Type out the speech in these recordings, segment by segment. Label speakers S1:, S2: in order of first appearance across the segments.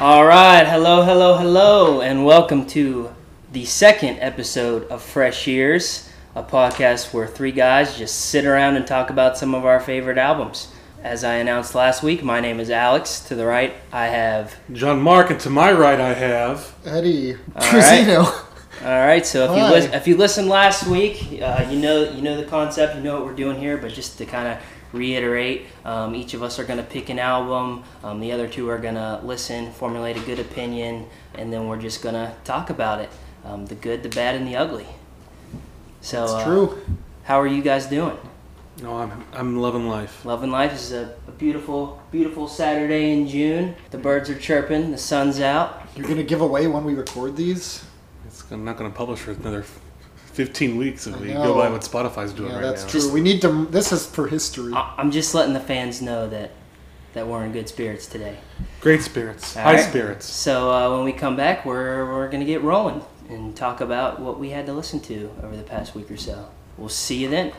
S1: All right, hello, hello, hello, and welcome to the second episode of Fresh Years, a podcast where three guys just sit around and talk about some of our favorite albums. As I announced last week, my name is Alex. To the right, I have.
S2: John Mark, and to my right I have.
S3: Eddie
S1: right.
S3: Trusino.
S1: All right, so if
S3: Hi.
S1: you lis- if you listened last week, uh, you know you know the concept, you know what we're doing here. But just to kind of reiterate, um, each of us are going to pick an album. Um, the other two are going to listen, formulate a good opinion, and then we're just going to talk about it, um, the good, the bad, and the ugly. So
S3: It's
S1: uh,
S3: true.
S1: How are you guys doing?
S2: No, I'm I'm loving life.
S1: Loving life. This is a, a beautiful, beautiful Saturday in June. The birds are chirping. The sun's out.
S3: You're gonna give away when we record these?
S2: It's, I'm not going to publish for another 15 weeks if
S3: I
S2: we
S3: know.
S2: go by what Spotify's doing
S3: yeah,
S2: right
S3: that's
S2: now.
S3: true. We need to. This is for history.
S1: I- I'm just letting the fans know that that we're in good spirits today.
S2: Great spirits,
S1: All
S2: high
S1: right.
S2: spirits.
S1: So uh, when we come back, we're we're gonna get rolling and talk about what we had to listen to over the past week or so. We'll see you then.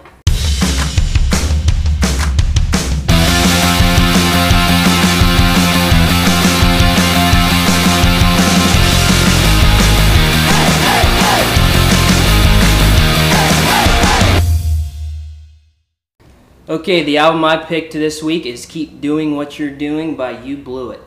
S1: Okay, the album I picked this week is Keep Doing What You're Doing by You Blew It.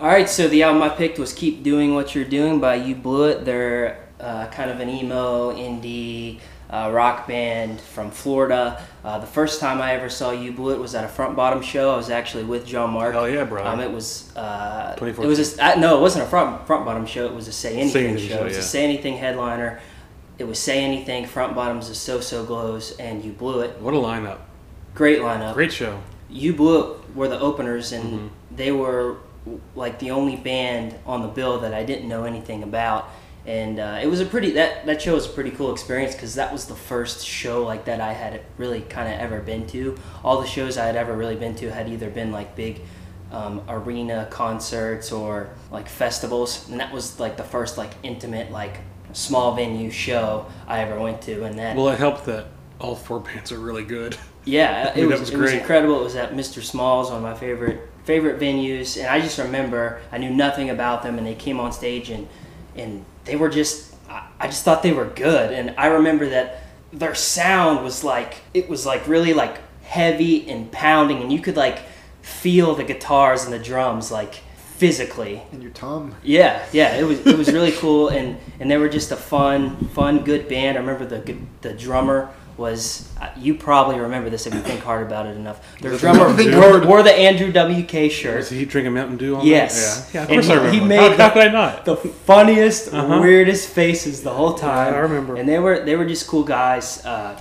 S1: All right, so the album I picked was "Keep Doing What You're Doing" by You Blew It. They're uh, kind of an emo indie uh, rock band from Florida. Uh, the first time I ever saw You Blew It was at a Front Bottom show. I was actually with John Mark.
S2: Hell Oh, yeah, bro.
S1: Um, it was uh, it
S2: 2014.
S1: was a, uh, no, it wasn't a front front bottom show. It was a say anything,
S2: Anything
S1: show.
S2: show,
S1: It was a
S2: yeah.
S1: say anything headliner. It was say anything front bottoms is so so glows and you blew it.
S2: What a lineup!
S1: Great lineup.
S2: Great show.
S1: You blew it were the openers and they were like the only band on the bill that I didn't know anything about. And uh, it was a pretty that that show was a pretty cool experience because that was the first show like that I had really kind of ever been to. All the shows I had ever really been to had either been like big um, arena concerts or like festivals and that was like the first like intimate like small venue show I ever went to and that
S2: Well, it helped that all four bands are really good.
S1: yeah, it
S2: Dude,
S1: was,
S2: that was
S1: it was
S2: great.
S1: incredible. It was at Mr. Small's, one of my favorite favorite venues, and I just remember I knew nothing about them, and they came on stage and and they were just I, I just thought they were good, and I remember that their sound was like it was like really like heavy and pounding, and you could like feel the guitars and the drums like physically
S3: and your tongue.
S1: yeah, yeah, it was it was really cool, and and they were just a fun, fun, good band. I remember the gu- the drummer was uh, you probably remember this if you think hard about it enough. Their
S2: Was it
S1: drummer
S2: Mountain Dew?
S1: wore, wore the Andrew WK shirt.
S2: Is he drinking Mountain Dew all
S1: Yes.
S2: night? Yeah. Yeah, of
S1: And
S2: course I
S1: he-
S2: remember.
S1: he
S2: how,
S1: made
S2: how
S1: the-
S2: could I not?
S1: the funniest,
S2: Uh-huh.
S1: weirdest faces the whole time.
S2: I remember.
S1: And they were they were just cool guys. Uh,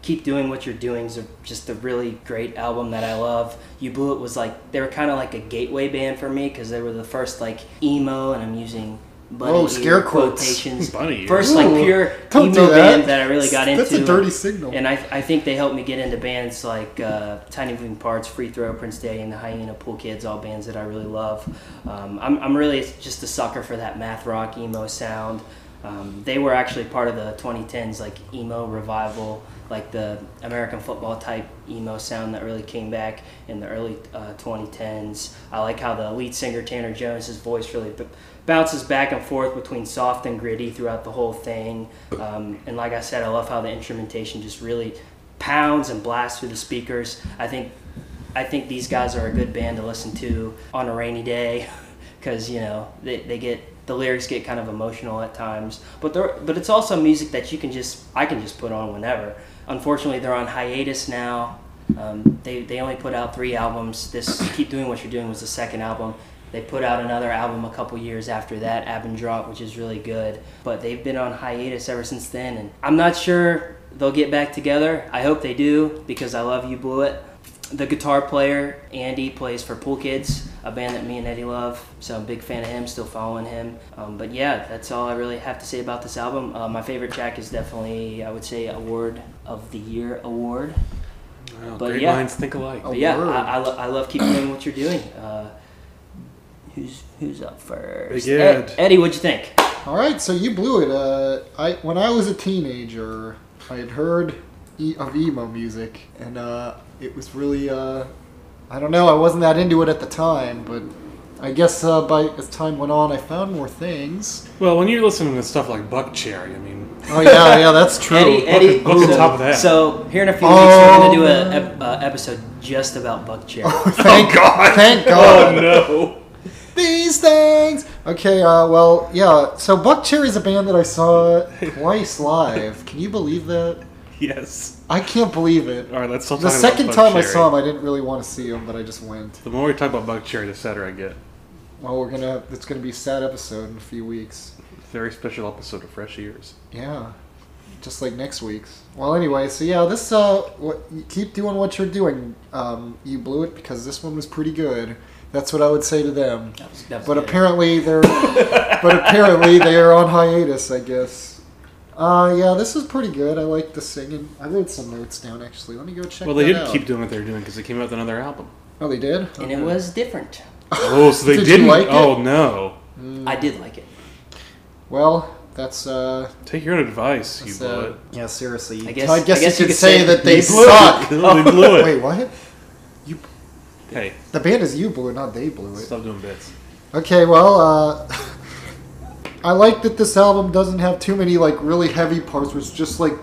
S1: Keep doing what you're doing is a- just a really great album that I love. You blew it was like they were kind of like a gateway band for me because they were the first like emo, and I'm using bunny
S3: Oh,
S1: ear
S3: scare quotes.
S1: quotations.
S2: Bunny ear.
S1: First like
S3: Ooh,
S1: pure
S3: don't
S1: emo
S3: do that.
S1: band that I really got into.
S3: That's a dirty signal.
S1: And I, I think they helped me get into bands like uh, Tiny Moving Parts, Free Throw, Prince Daddy, and the Hyena Pool Kids, all bands that I really love. Um, I'm, I'm really just a sucker for that math rock emo sound. Um, they were actually part of the 2010s like emo revival, like the American football type emo sound that really came back in the early uh, 2010s. I like how the lead singer Tanner Jones' voice really b- bounces back and forth between soft and gritty throughout the whole thing. Um, and like I said, I love how the instrumentation just really pounds and blasts through the speakers. I think I think these guys are a good band to listen to on a rainy day because you know they, they get the lyrics get kind of emotional at times but they're but it's also music that you can just I can just put on whenever unfortunately they're on hiatus now um, they, they only put out three albums this keep doing what you're doing was the second album they put out another album a couple years after that Ab and Drop which is really good but they've been on hiatus ever since then and I'm not sure they'll get back together I hope they do because I love you blew it the guitar player Andy plays for Pool Kids, a band that me and Eddie love. So I'm a big fan of him, still following him. Um, but yeah, that's all I really have to say about this album. Uh, my favorite track is definitely, I would say, Award of the Year award.
S2: Wow,
S1: but
S2: great
S1: yeah.
S2: minds think alike.
S3: Oh.
S1: But yeah,
S3: Award.
S1: I, I, lo- I love keep doing what you're doing. Uh, who's who's up first?
S2: Big Ed.
S1: Eddie, what'd you think?
S3: All right, so you blew it. Uh, I when I was a teenager, I had heard e- of emo music, and uh, it was really uh, I don't know. I wasn't that into it at the time, but I guess uh, by as time went on, I found more things.
S2: Well, when you're listening to stuff like Buck Cherry, I mean,
S3: Oh yeah, yeah, that's true.
S1: Eddie,
S2: Buck-
S1: Eddie,
S2: Buck's on
S1: so,
S2: top of that.
S1: so here in a few weeks we're gonna do
S3: Oh,
S1: an
S3: man.
S1: ep- uh, episode just about Buck Cherry.
S3: thank
S2: oh God,
S3: Thank
S2: oh
S3: God.
S2: no.
S3: These things. Okay. Uh, well, yeah. So Buck Cherry's a band that I saw twice live. Can you believe that?
S2: Yes.
S3: I can't believe it.
S2: All right, let's stop
S3: The
S2: talking about
S3: second
S2: Buck
S3: time I
S2: Cherry.
S3: saw him, I didn't really want to see him, but I just went.
S2: The more we talk about Buck Cherry, the sadder I get.
S3: Well, we're gonna. It's gonna be a sad episode in a few weeks.
S2: Very special episode of Fresh Ears.
S3: Yeah, just like next week's. Well, anyway, so yeah, this. Uh, what you keep doing what you're doing. Um, you blew it because this one was pretty good. That's what I would say to them.
S1: That was- that was
S3: But
S1: good.
S3: apparently they're. but apparently they are on hiatus. I guess. Uh, yeah, this is pretty good. I like the singing. I wrote some notes down actually. Let me go check.
S2: Well, they
S3: that
S2: did
S3: out.
S2: keep doing what they were doing because they came out with another album.
S3: Oh, they did.
S1: and it was different.
S2: Oh, so they
S3: Did you
S2: didn't.
S3: like it?
S2: oh no!
S1: I did like it.
S3: Hmm. Well, that's uh.
S2: Take your own advice, you
S3: that's,
S2: blew
S3: uh
S2: it.
S3: yeah, seriously.
S1: I guess-
S3: I guess,
S1: I guess
S3: you could say, that they
S2: You blew
S3: suck.
S2: it. they blew it.
S3: Wait, what?
S2: Hey,
S3: The band is you blew it, not they blew it.
S2: stop doing bits.
S3: Okay, well, uh, I like that this album doesn't have too many like really heavy parts, where it's just like,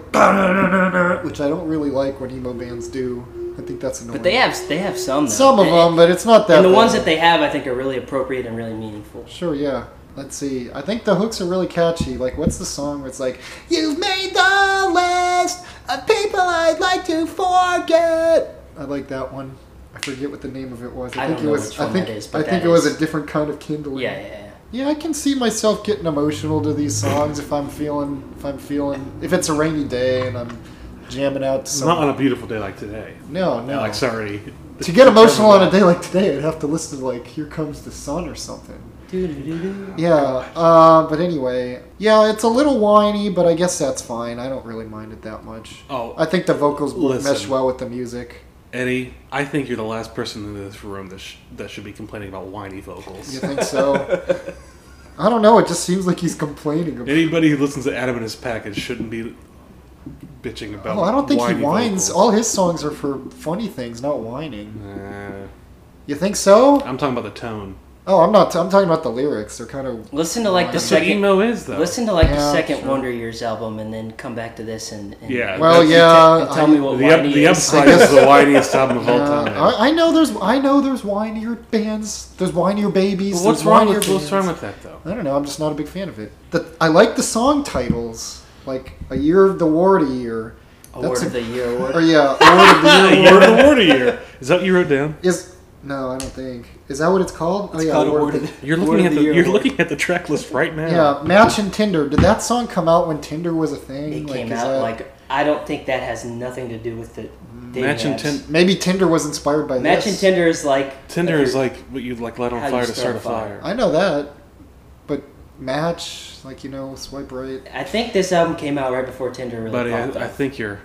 S3: which I don't really like when emo bands do. I think that's annoying.
S1: But they have they have some though.
S3: some of
S1: And-
S3: them, but it's not that.
S1: And the
S3: bad.
S1: ones that they have, I think, are really appropriate and really meaningful.
S3: Sure, yeah. Let's see. I think the hooks are really catchy. Like, what's the song where it's like, You've made the list of people I'd like to forget? I like that one. I forget what the name of it was. I,
S1: I
S3: think
S1: don't
S3: it
S1: know
S3: was
S1: which
S3: I
S1: one
S3: think
S1: that is,
S3: I
S1: but
S3: think
S1: that
S3: it was
S1: is-
S3: a different kind of kindling.
S1: Yeah, yeah, yeah.
S3: Yeah, I can see myself getting emotional to these songs if I'm feeling if I'm feeling if it's a rainy day and I'm jamming out to
S2: It's not
S3: something.
S2: on a beautiful day like today.
S3: No, no.
S2: Alex already.
S3: Oh. to get emotional on a day like today, I'd have to listen to like Here Comes the Sun or something.
S2: Oh,
S1: Doo-doo-doo-doo.
S3: Yeah, uh, but anyway, yeah, it's a little whiny, but I guess that's fine. I don't really mind it that much.
S2: Oh.
S3: I think the vocals will
S2: Listen.
S3: mesh well with the music.
S2: Eddie, I think you're the last person in this room that, sh- that should be complaining about whiny vocals.
S3: You think so? I don't know. It just seems like he's complaining. About
S2: Anybody who listens to Adam and his package shouldn't be bitching about.
S3: oh, I don't think he
S2: whiny
S3: whines.
S2: vocals.
S3: All his songs are for funny things, not whining.
S2: Nah,
S3: You think so?
S2: I'm talking about the tone.
S3: Oh, I'm not. i I'm talking about the lyrics. They're kind of.
S1: Listen to like the
S3: That's
S2: That's what
S1: second.
S2: emo is, though.
S1: Listen to like
S3: Yeah,
S1: the second
S3: sure.
S1: Wonder Years album, and then come back to this and, and
S2: Yeah.
S3: Well,
S2: That's-
S3: yeah.
S1: and tell
S3: I-
S1: me what
S2: the, up,
S1: whiny
S2: the
S1: is.
S2: upside is the whiniest album of all
S3: Uh,
S2: time.
S3: I, I know there's I know there's whinier bands. There's whinier babies.
S2: Well, what's
S3: there's
S2: wrong
S3: whinier
S2: with what's
S3: bands.
S2: wrong with that though?
S3: I don't know. I'm just not a big fan of it. The, I like the song titles, like "A Year of the War to Year."
S1: Award of the year award.
S3: Or yeah, War of the Year.
S2: Word of the word of year. Is that what you wrote down?
S3: Is no, I don't think. Is that what it's called? oh yeah,
S4: called
S3: War of
S4: Award
S3: the-
S4: of
S2: You're
S4: Word
S2: looking
S4: of
S2: at
S4: the
S2: the,
S4: year
S2: you're
S4: award.
S2: looking at the track list right now.
S3: yeah, Match and Tinder. Did that song come out when Tinder was a thing? uh,
S1: It came
S3: is
S1: out
S3: that-
S1: like I don't think that has nothing to do with the dating
S2: Match and
S1: apps.
S2: Tin-
S3: maybe Tinder was inspired by
S1: Match
S3: this.
S1: and Tinder is like
S2: Tinder
S1: if
S2: is
S1: you're-
S2: like what you like light on
S1: How you
S2: fire to start a fire.
S3: I know that, but Match, like you know, swipe right.
S1: I think this album came out right before Tinder really
S2: Buddy,
S1: popped
S2: I, I
S1: up.
S2: think you're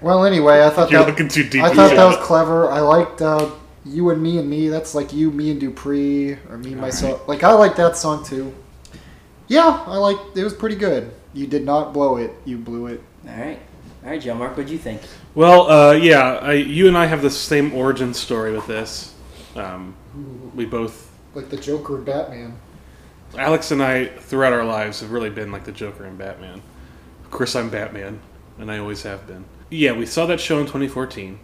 S3: Well, anyway, I thought
S2: you're
S3: that
S2: looking too deep.
S3: I
S2: into
S3: thought
S2: it.
S3: that was clever. I liked uh, "You and Me and Me." That's like you, me, and Dupree, or me, myself. Like I like that song too. Yeah, I like. It was pretty good. You did not blow it. You blew it.
S1: All right, all right, John Mark, what'd you think?
S2: Well, uh, yeah, I, you and I have the same origin story with this. Um, we both,
S3: Like the Joker and Batman.
S2: Alex and I, throughout our lives, have really been like the Joker and Batman. Of course, I'm Batman, and I always have been. Yeah, we saw that show in 2014,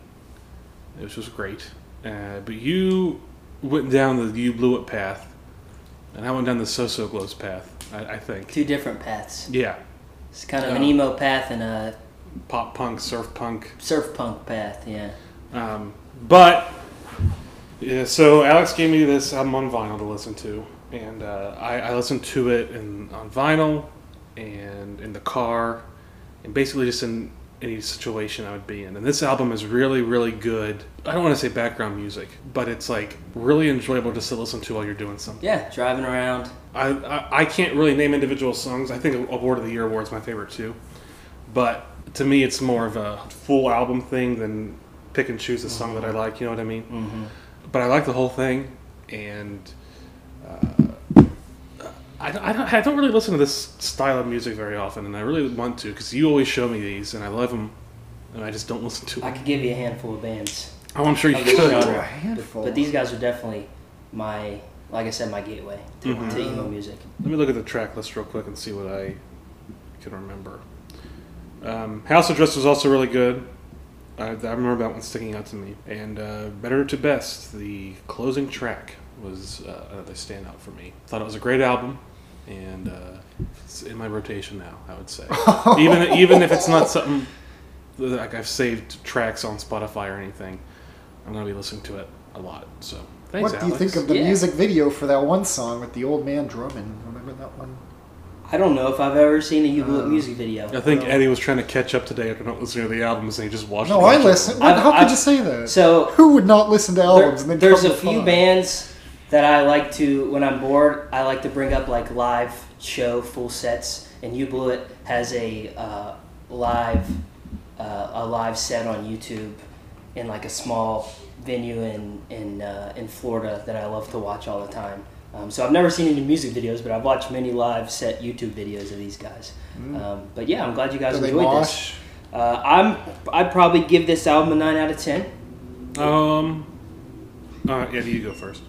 S2: which was great. Uh, but you went down the you blew it path, and I went down the so so glows path. I, I think.
S1: Two different paths.
S2: Yeah,
S1: It's kind of an emo path and a
S2: pop punk, surf punk.
S1: surf punk path. Yeah.
S2: Um, but yeah, so Alex gave me this album on vinyl to listen to, and uh, I, I listened to it in, on vinyl and in the car, and basically just in any situation I would be in. And this album is really, really good. I don't want to say background music, but it's like really enjoyable just to listen to while you're doing something.
S1: Yeah, driving around.
S2: I, I, I can't really name individual songs. I think Award of the Year award's my favorite too. But to me, it's more of a full album thing than pick and choose a song that I like. You know what I mean? But I like the whole thing, and uh, I, don't- I, don't, I don't really listen to this style of music very often, and I really want to because you always show me these, and I love them, and I just don't listen to
S1: I
S2: them.
S1: could give you a handful of bands,
S2: Oh, I'm sure you
S1: of this
S2: could.
S1: genre.
S3: A handful.
S1: but these guys are definitely my, like I said, my gateway to, to emo music.
S2: Let me look at the track list real quick and see what I can remember. Um, House of Dress was also really good. I, I remember that one sticking out to me. And uh, Better to Best, the closing track, was uh, another standout for me. Thought it was a great album, and uh, it's in my rotation now. I would say, even even if it's not something that like I've saved tracks on Spotify or anything, I'm gonna be listening to it a lot. So thanks,
S3: what do you
S2: Alex.
S3: think of the
S1: Yeah.
S3: music video for that one song with the old man drumming? Remember that one?
S1: I don't know if I've ever seen a U Boot
S3: Uh,
S1: music video.
S2: I think
S3: No.
S2: Eddie was trying to catch up today after not listening to the albums, and he just watched.
S3: No,
S2: a
S3: I
S2: bunch of
S3: listen.
S2: them.
S3: What,
S1: I've-
S3: how could
S1: I've-
S3: you say that?
S1: So
S3: Who would not listen to albums and then
S1: There- there's
S3: come
S1: a
S3: to
S1: few
S3: fun?
S1: bands that I like to when I'm bored. I like to bring up like live show full sets, and U Bullet has a uh, live uh, a live set on YouTube in like a small venue in in uh, in Florida that I love to watch all the time. Um, so I've never seen any music videos, but I've watched many live set YouTube videos of these guys. Um, but yeah, I'm glad you guys
S3: Do Mm. they
S1: enjoyed this.
S3: mosh?
S1: Uh, I'm I'd probably give this album a nine out of ten.
S2: Um, uh, Eddie, you go first.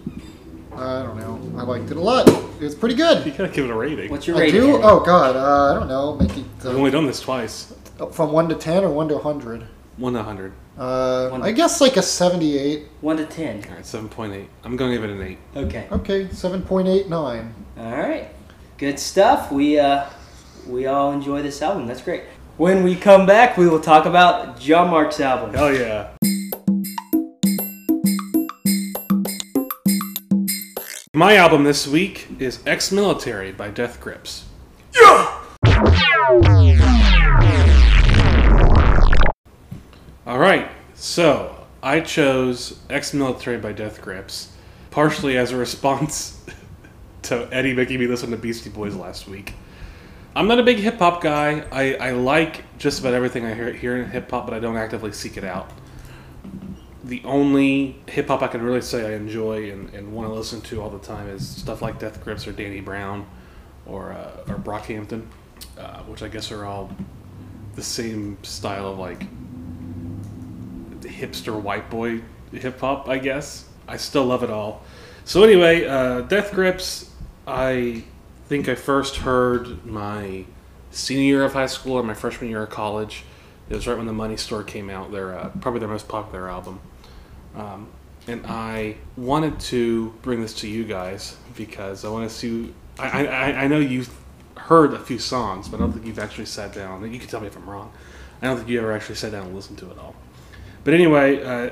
S3: I don't know. I liked it a lot. It was pretty good.
S2: You gotta give it a rating.
S1: What's your
S3: I
S1: rating?
S3: do.
S1: Andy?
S3: Oh God, uh, I don't know. Make it
S2: We've
S3: uh,
S2: only done this twice.
S3: from one to ten or one to hundred.
S2: One to hundred.
S3: Uh,
S1: One-
S3: I guess like a seventy-eight.
S1: One to ten.
S2: All right, seven point eight. I'm gonna give it an eight.
S1: Okay.
S3: Okay, seven point eight nine.
S1: All right. Good stuff. We uh, we all enjoy this album. That's great. When we come back, we will talk about John Mark's album.
S2: Hell yeah. My album this week is Ex Military by Death Grips. All right, so I chose Ex Military by Death Grips partially as a response to Eddie making me listen to Beastie Boys last week. I'm not a big hip hop guy. I, I like just about everything I hear, hear in hip hop, but I don't actively seek it out. The only hip hop I can really say I enjoy and, and want to listen to all the time is stuff like Death Grips or Danny Brown or, uh, or Brockhampton, uh, which I guess are all the same style of like hipster white boy hip hop, I guess. I still love it all. So anyway, uh, Death Grips. I think I first heard my senior year of high school or my freshman year of college. It was right when the Money Store came out. Their uh, probably their most popular album. Um, and I wanted to bring this to you guys because I want to see. I, I, I know you've heard a few songs, but I don't think you've actually sat down. and You can tell me if I'm wrong. I don't think you ever actually sat down and listened to it all. But anyway, uh,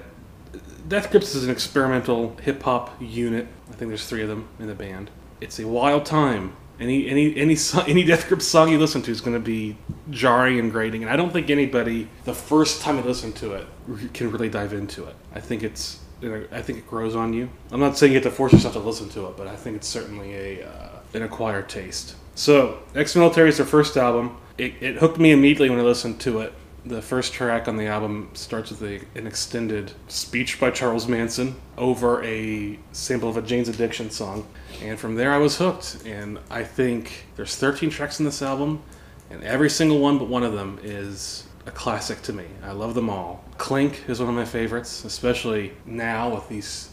S2: Death Grips is an experimental hip hop unit. I think there's three of them in the band. It's a wild time. Any any any so- any Death Grips song you listen to is going to be jarring and grating, and I don't think anybody the first time they listen to it re- can really dive into it. I think it's you know, I think it grows on you. I'm not saying you have to force yourself to listen to it, but I think it's certainly a uh, an acquired taste. So Ex Military is their first album. It, it hooked me immediately when I listened to it. The first track on the album starts with a, an extended speech by Charles Manson over a sample of a Jane's Addiction song. And from there, I was hooked. And I think there's 13 tracks in this album, and every single one but one of them is a classic to me. I love them all. Clink is one of my favorites, especially now with these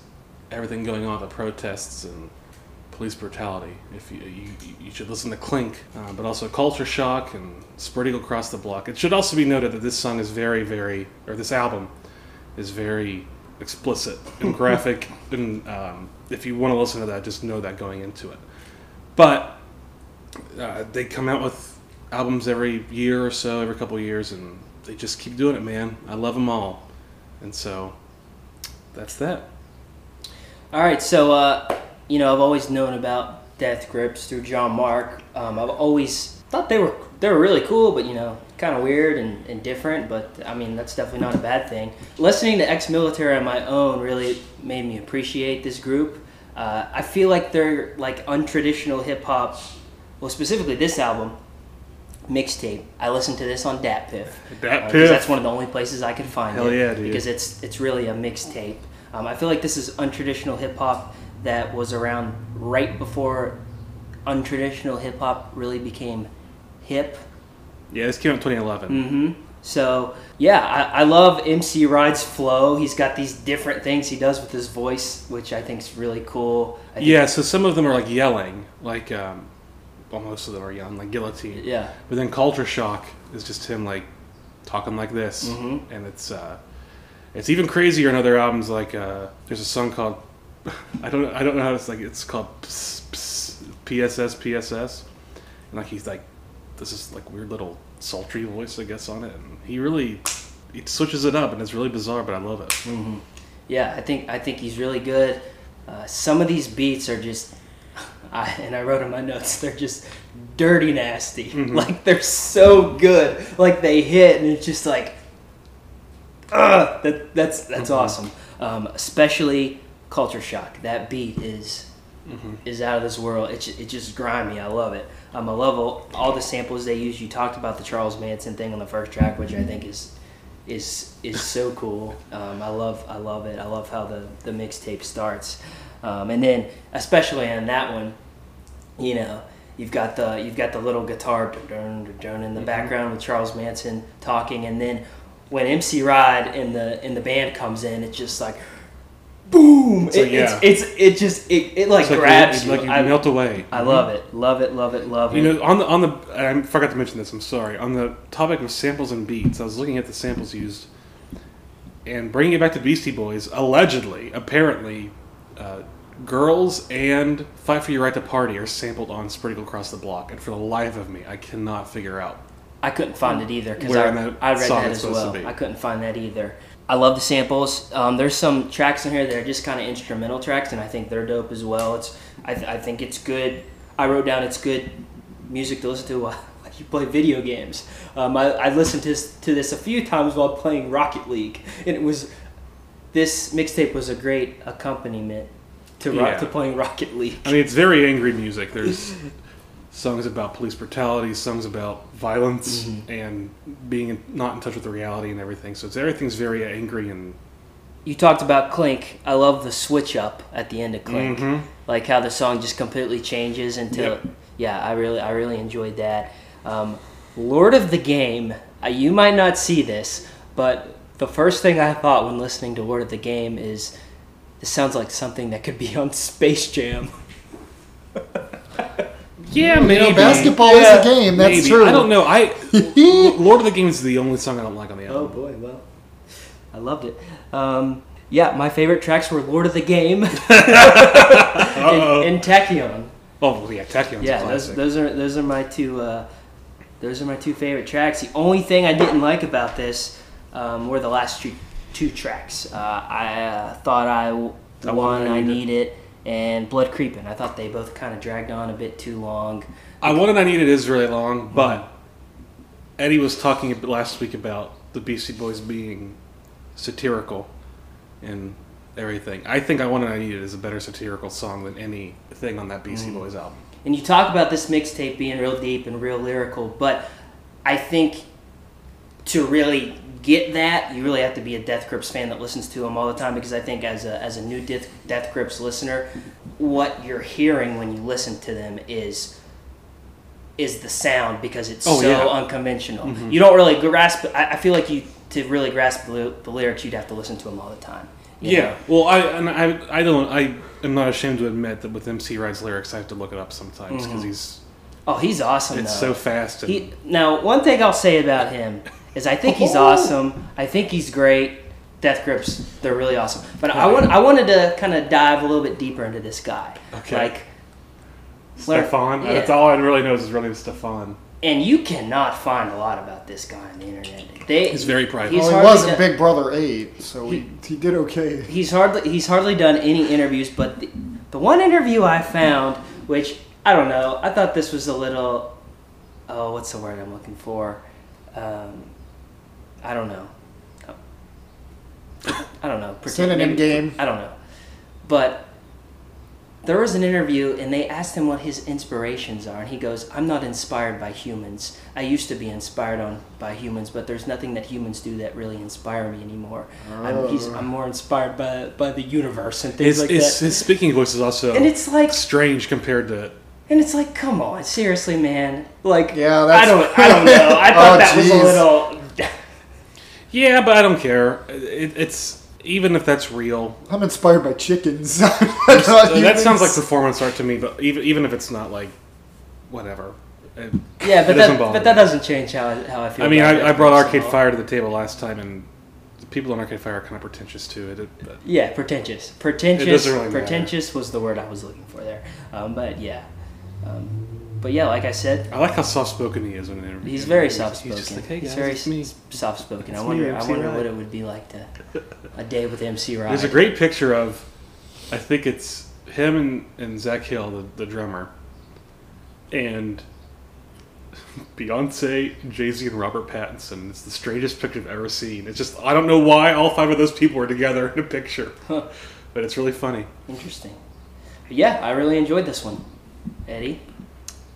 S2: everything going on, the protests and police brutality. If you you, you should listen to Clink, uh, but also Culture Shock and Spread Eagle Across the Block. It should also be noted that this song is very, very, or this album is very explicit and graphic. and um, if you want to listen to that, just know that going into it. But uh, they come out with albums every year or so, every couple of years, and they just keep doing it, man. I love them all, and so that's that.
S1: All right. So uh, you know, I've always known about Death Grips through John Mark. Um, I've always thought they were they were really cool, but you know, kind of weird and, and different. But I mean, that's definitely not a bad thing. Listening to Ex Military on my own really made me appreciate this group. Uh, I feel like they're like untraditional hip hop. Well, specifically this album, mixtape. I listened to this on DatPiff.
S2: Dat
S1: Uh, 'cause
S2: Piff.
S1: That's one of the only places I could find
S2: Hell
S1: it.
S2: yeah, dude.
S1: Because it's it's really a mixtape. Um, I feel like this is untraditional hip hop that was around right before untraditional hip hop really became hip.
S2: Yeah, this came out in 2011.
S1: hmm So yeah, I, I love MC Ride's flow. He's got these different things he does with his voice, which I think is really cool. I think,
S2: Yeah, so some of them are like yelling, like um, well, most of them are yelling, like guillotine.
S1: Yeah.
S2: But then culture shock is just him like talking like this,
S1: Mhm.
S2: and it's uh, it's even crazier in other albums. Like uh, there's a song called I don't I don't know how it's like it's called Ps- Ps- PSS PSS, and like he's like this is like weird little sultry voice I guess on it, and he really he switches it up and it's really bizarre, but I love it.
S1: Yeah, I think I think he's really good. Uh, some of these beats are just, I, and I wrote in my notes, they're just dirty nasty. Like they're so good. Like they hit, and it's just like, ugh, that that's that's awesome. Um, especially Culture Shock. That beat is is out of this world. It's it just grimy. I love it. Um, I love all, all the samples they use. You talked about the Charles Manson thing on the first track, which I think is is is so cool. Um, I love I love it. I love how the the mixtape starts, um, and then especially on that one, you know. You've got the you've got the little guitar dun, dun, dun,
S2: Mm-hmm.
S1: in the background with Charles Manson talking, and then when MC Ride and the and the band comes in, it's just like boom!
S2: So,
S1: it,
S2: yeah.
S1: it's, it's it just it, it like
S2: It's like
S1: grabs
S2: you,
S1: you.
S2: like you
S1: I-
S2: melt away.
S1: I love it, love it, love it, love
S2: You
S1: it.
S2: know, on the on the I forgot to mention this. I'm sorry. On the topic of samples and beats, I was looking at the samples used, and bringing it back to Beastie Boys. Allegedly, apparently, uh, "Girls" and "Fight for Your Right to Party" are sampled on "Sprinkle Across the Block," and for the life of me, I cannot figure out.
S1: I couldn't find it either because
S2: Where
S1: I,
S2: in that
S1: I read
S2: song
S1: that
S2: it's
S1: as
S2: supposed to
S1: well.
S2: be.
S1: I couldn't find that either. I love the samples. Um, there's some tracks in here that are just kind of instrumental tracks, and I think they're dope as well. It's I, th- I think it's good. I wrote down it's good music to listen to while while you play video games. Um, I, I listened to this, to this a few times while playing Rocket League, and it was this mixtape was a great accompaniment to rock,
S2: Yeah.
S1: to playing Rocket League.
S2: I mean, it's very angry music. There's songs about police brutality, songs about violence, and being in, not in touch with the reality and everything. So it's everything's very angry and
S1: You talked about Clink. I love the switch up at the end of Clink,
S2: Mhm.
S1: like how the song just completely changes until.
S2: Yep.
S1: Yeah, I really, I really enjoyed that. Um, Lord of the Game. Uh, you might not see this, but the first thing I thought when listening to Lord of the Game is, this sounds like something that could be on Space Jam.
S2: yeah,
S3: You know, basketball
S1: Yeah,
S3: is a game. That's
S2: Maybe.
S3: true.
S2: I don't know. I Lord of the Games is the only song I don't like on the album.
S1: boy, well, I loved it. Um, yeah, my favorite tracks were Lord of the Game and,
S2: Uh-oh.
S1: and Tachyon.
S2: Oh, yeah, Tachyon's
S1: yeah, those,
S2: a classic.
S1: those are those are my two uh, those are my two favorite tracks. The only thing I didn't like about this um, were the last two, two tracks. Uh, I uh, thought I w-
S2: I
S1: one
S2: Wanna
S1: I
S2: Need It.
S1: need it and Blood Creeping. I thought they both kind of dragged on a bit too long.
S2: I want and I need it is really
S1: Mm-hmm.
S2: long, but Eddie was talking ab- last week about the Beastie Boys being satirical and everything. I think I want and I need it is a better satirical song than anything on that
S1: Mm.
S2: Beastie Boys album.
S1: And you talk about this mixtape being real deep and real lyrical, but I think to really get that, you really have to be a Death Grips fan that listens to them all the time. Because I think as a as a new Death, Death Grips listener, what you're hearing when you listen to them is is the sound because it's
S2: Oh,
S1: so
S2: yeah. Mm-hmm.
S1: unconventional. You don't really grasp. I, I feel like you to really grasp the, ly- the lyrics, you'd have to listen to them all the time. you know?
S2: Yeah, well, I and I, I don't I am not ashamed to admit that with MC Ride's lyrics, I have to look it up sometimes because he's
S1: Oh, he's awesome.
S2: it's
S1: though.
S2: so fast. And,
S1: Mm-hmm. He, now, one thing I'll say about him is I think he's
S2: Oh.
S1: awesome. I think he's great. Death Grips, they're really awesome. But I, want, I wanted to kind of dive a little bit deeper into this guy.
S2: Okay.
S1: Like, learn-
S2: Stefan.
S1: yeah.
S2: That's all I really know is his real name is Stefan.
S1: and you cannot find a lot about this guy on the internet. They,
S2: He's very private.
S1: he's
S3: well, he
S1: hardly
S3: was in
S1: done-
S3: Big Brother 8, so he, he did okay.
S1: he's hardly he's hardly done any interviews, but the, the one interview I found, which I don't know, I thought this was a little, oh, what's the word I'm looking for? Um, I don't know. I don't know.
S3: Synonym game.
S1: I don't know, but there was an interview and they asked him what his inspirations are and he goes i'm not inspired by humans i used to be inspired on by humans but there's nothing that humans do that really inspire me anymore I'm, he's,
S3: Oh.
S1: I'm more inspired by by the universe and things
S2: His,
S1: like
S2: his,
S1: that
S2: his speaking voice is also
S1: and it's like
S2: strange compared to
S1: And it's like, come on, seriously, man. Like,
S3: Yeah,
S1: I
S3: that's-
S1: don't, I don't know. I thought
S3: Oh,
S1: that was
S3: jeez.
S1: a little.
S2: Yeah, but I don't care. It, it's even if that's real.
S3: I'm inspired by chickens.
S2: that
S3: that
S2: sounds like performance art to me. But even even if it's not like, whatever. It-
S1: Yeah,
S2: it
S1: but
S2: doesn't
S1: that,
S2: bother
S1: but that
S2: me.
S1: doesn't change how, I- how I feel.
S2: I mean,
S1: about
S2: I,
S1: it,
S2: I brought
S1: so-
S2: Arcade Fire to the table last time, and the people in Arcade Fire are kind of pretentious too. It, it- but
S1: Yeah, pretentious. Pretentious.
S2: doesn't really matter.
S1: pretentious was the word I was looking for there. Um, but yeah, um, but yeah, like I said,
S2: I like how soft spoken he is in an interview.
S1: he's very
S2: He's-
S1: soft spoken.
S2: He's
S1: He's,
S2: just like, hey guys,
S1: very
S2: it's me.
S1: soft spoken. I
S2: It's me,
S1: wonder. I
S2: MC
S1: wonder what
S2: Ryan.
S1: it would be like to a day with MC Ryan.
S2: There's a great picture of, I think it's him and, and Zach Hill, the, the drummer, and Beyonce, Jay Z, and Robert Pattinson. It's the strangest picture I've ever seen. It's just, I don't know why all five of those people were together in a picture, but it's really funny.
S1: Interesting. But yeah, I really enjoyed this one, Eddie.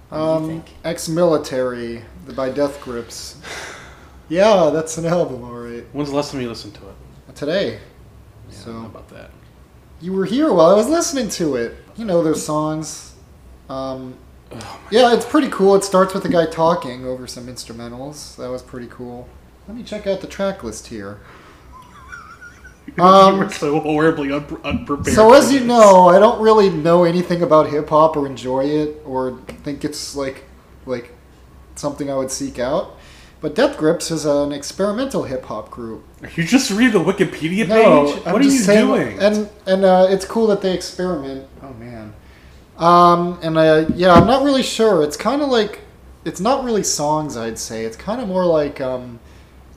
S1: What do you
S3: um,
S1: think?
S3: ex-military the by Death Grips. Yeah, that's an album, all right.
S2: When's the last time you listened to it?
S3: Today,
S2: Yeah,
S3: So-
S2: I don't know about that.
S3: you were here while I was listening to it. You know those songs. Um, yeah, it's pretty cool. It starts with a guy talking over some instrumentals. That was pretty cool. Let me check out the track list here.
S2: you were
S3: Um,
S2: so horribly un- unprepared.
S3: so
S2: for
S3: as you
S2: this.
S3: know, I don't really know anything about hip hop or enjoy it or think it's like like something I would seek out. But Death Grips is an experimental hip hop group.
S2: Are you just reading the Wikipedia page?
S3: I'm
S2: what are
S3: just
S2: you
S3: saying-
S2: doing?
S3: And and uh, it's cool that they experiment. Oh man. Um, and uh, yeah, I'm not really sure. It's kind of like it's not really songs. I'd say it's kind of more like um,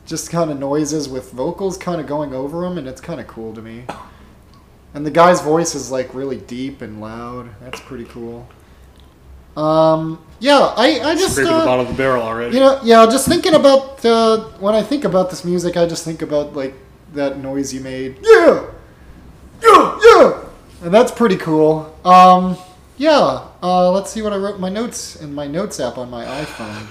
S3: just kind of noises with vocals kind of going over them, and it's kind of cool to me. And the guy's voice is like really deep and loud. That's pretty cool. Um, yeah, I I just
S2: Scraping
S3: uh,
S2: the bottom of the barrel already.
S3: you know, yeah. Just thinking about the when I think about this music, I just think about like that noise you made. Yeah, yeah, yeah. And that's pretty cool. Um, yeah. Uh, let's see what I wrote in my notes in my notes app on my iPhone.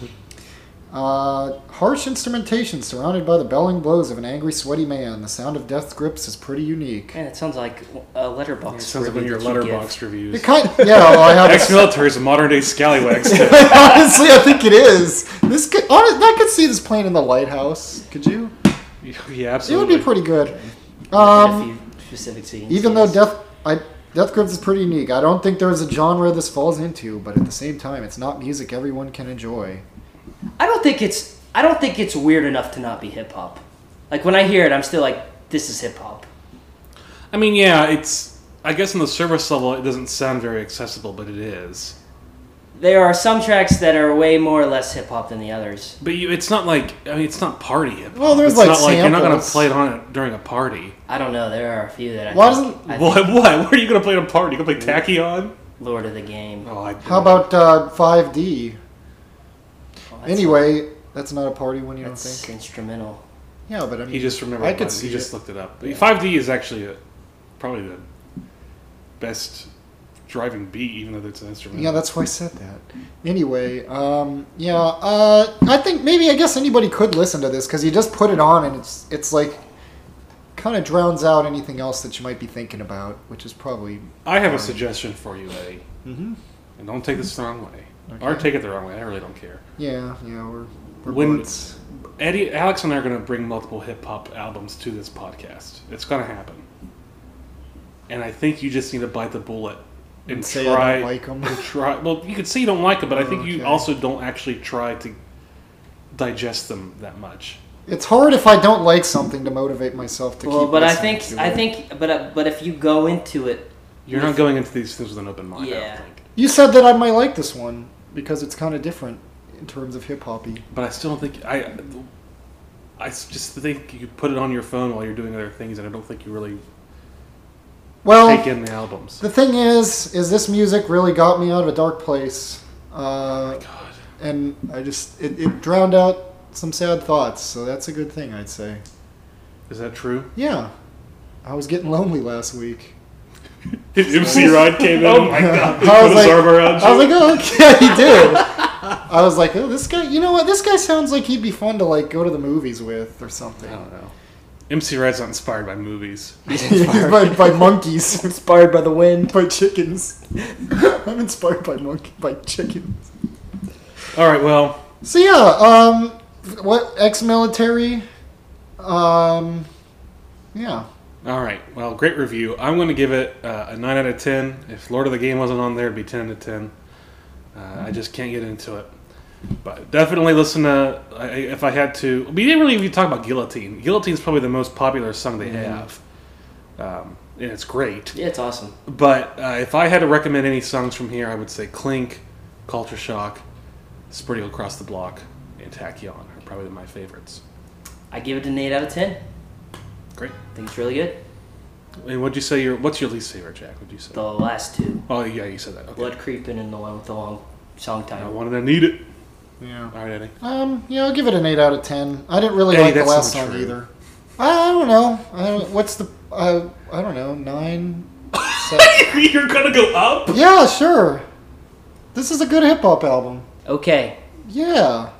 S3: Uh, harsh instrumentation surrounded by the bellowing blows of an angry, sweaty man. The sound of death's grips is pretty unique.
S1: Man, it sounds like a letterbox.
S2: it sounds like one
S1: review
S2: of your
S1: that you give.
S2: letterbox reviews.
S3: It kind yeah. Well, Oh, I have
S2: Ex-military is a modern-day scallywag. still.
S3: honestly, I think it is. This could, honest, I could see this playing in the lighthouse. Could you?
S2: yeah,
S3: It would
S2: absolutely.
S3: be pretty good.
S1: A
S3: Um,
S1: few specific scenes.
S3: even though
S1: yes.
S3: Death, I, Death Grips is pretty unique. I don't think there's a genre this falls into, but at the same time, it's not music everyone can enjoy.
S1: I don't think it's I don't think it's weird enough to not be hip hop. Like when I hear it, I'm still like, this is hip hop.
S2: I mean, yeah, it's. I guess on the service level, it doesn't sound very accessible, but it is.
S1: There are some tracks that are way more or less hip hop than the others.
S2: But you, it's not like. I mean, it's not party hip.
S3: Well, there's,
S2: it's
S3: like,
S2: not like you're not gonna
S3: samples.
S2: play it on it during a party.
S1: I don't know. There are a few that I.
S3: Why
S1: think-
S3: doesn't-
S1: I think
S2: What? What? What are you gonna play at a party? You gonna play Tachyon?
S1: Lord of the Game?
S2: Oh, I.
S3: How about uh, 5D?
S1: Well, that's-
S3: Anyway, that's not a party one, you don't
S1: that's
S3: think?
S1: instrumental.
S3: Yeah, but I mean,
S2: He just remembered.
S3: I could
S2: one.
S3: see
S2: He just
S3: it.
S2: looked it up. Five D is actually a, probably the best driving beat, even though it's an instrument.
S3: Yeah, that's why I said that. Anyway, um, yeah, uh, I think maybe I guess anybody could listen to this because you just put it on and it's it's like kind of drowns out anything else that you might be thinking about, which is probably
S2: I have a suggestion for you, Eddie,
S3: mm-hmm.
S2: and don't take this the wrong way,
S3: Okay.
S2: or take it the wrong way. I really don't care.
S3: yeah, yeah. We're, we're
S2: When-
S3: bloods.
S2: Eddie, Alex, and I are going to bring multiple hip hop albums to this podcast. It's going to happen. And I think you just need to bite the bullet and, try.
S3: And say I don't like 'em.
S2: and try. Well, you could say you don't like them, but I think you
S3: Okay.
S2: also don't actually try to digest them that much.
S3: It's hard if I don't like something to motivate myself to
S1: Well,
S3: keep.
S1: but I
S3: listening
S1: think
S3: to
S1: I
S3: it.
S1: think but uh, but if you go into it,
S2: You're not going into these things with an open mind. I don't
S1: Yeah.
S2: think.
S3: you said that I might like this one because it's kind of different in terms of hip hoppy.
S2: But I still don't think I. I s- just think you put it on your phone while you're doing other things, and I don't think you really
S3: Well,
S2: take in the albums.
S3: the thing is, is this music really got me out of a dark place, uh,
S2: Oh God.
S3: and I just it, it drowned out some sad thoughts. So that's a good thing, I'd say.
S2: Is that true?
S3: Yeah, I was getting lonely last week.
S2: MC Rod came in. Oh my god!
S3: I was, like, I was like, oh, okay, he did. I was like, oh, this guy, you know what? This guy sounds like he'd be fun to like go to the movies with or something.
S2: know. MC Red's not inspired by movies.
S1: He's inspired.
S3: by, by monkeys,
S4: Inspired by the wind.
S3: by chickens. I'm inspired by monkey by chickens.
S2: All right, well,
S3: So yeah, um, what ex-military? Um, yeah.
S2: all right, well, great review. I'm going to give it uh, a nine out of ten. If Lord of the Game wasn't on there, it'd be ten out of ten. Uh, I just can't get into it. But definitely listen to I- I- if I had to. We didn't really even talk about Guillotine. Guillotine's probably the most popular song they have, um, and it's great.
S1: Yeah, it's awesome.
S2: But uh, if I had to recommend any songs from here, I would say Clink, Culture Shock, Sprittle Across the Block, and Tachyon are probably my favorites.
S1: I give it an eight out of ten.
S2: Great.
S1: I think it's really good.
S2: And what'd you say? Your what's your least favorite, Jack? Would you say?
S1: The last two,
S2: Oh yeah, you said that. Okay.
S1: Blood Creeping and the one with the long song
S2: I
S1: title.
S2: wanted to need it.
S3: Yeah.
S2: All right, Eddie.
S3: Um, yeah, I'll give it an eight out of ten. I didn't really
S2: Hey,
S3: like the
S2: that's
S3: last
S2: not
S3: song
S2: true.
S3: either. I, I don't know. I don't, what's the? I I don't know. Nine. seven.
S2: You're gonna go up.
S3: yeah, sure. This is a good hip hop album.
S1: Okay.
S3: Yeah.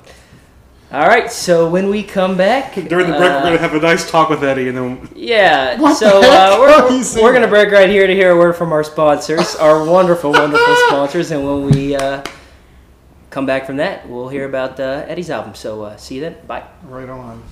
S1: All right. So when we come back
S2: During the break,
S1: uh,
S2: we're gonna have a nice talk with Eddie, and then
S1: Yeah.
S3: What
S1: so
S3: the heck
S1: uh,
S3: are you
S1: we're,
S3: saying?
S1: we're going to break right here to hear a word from our sponsors, our wonderful, wonderful sponsors. And when we uh, come back from that, we'll hear about uh, Eddie's album. So uh, see you then. Bye.
S3: Right on.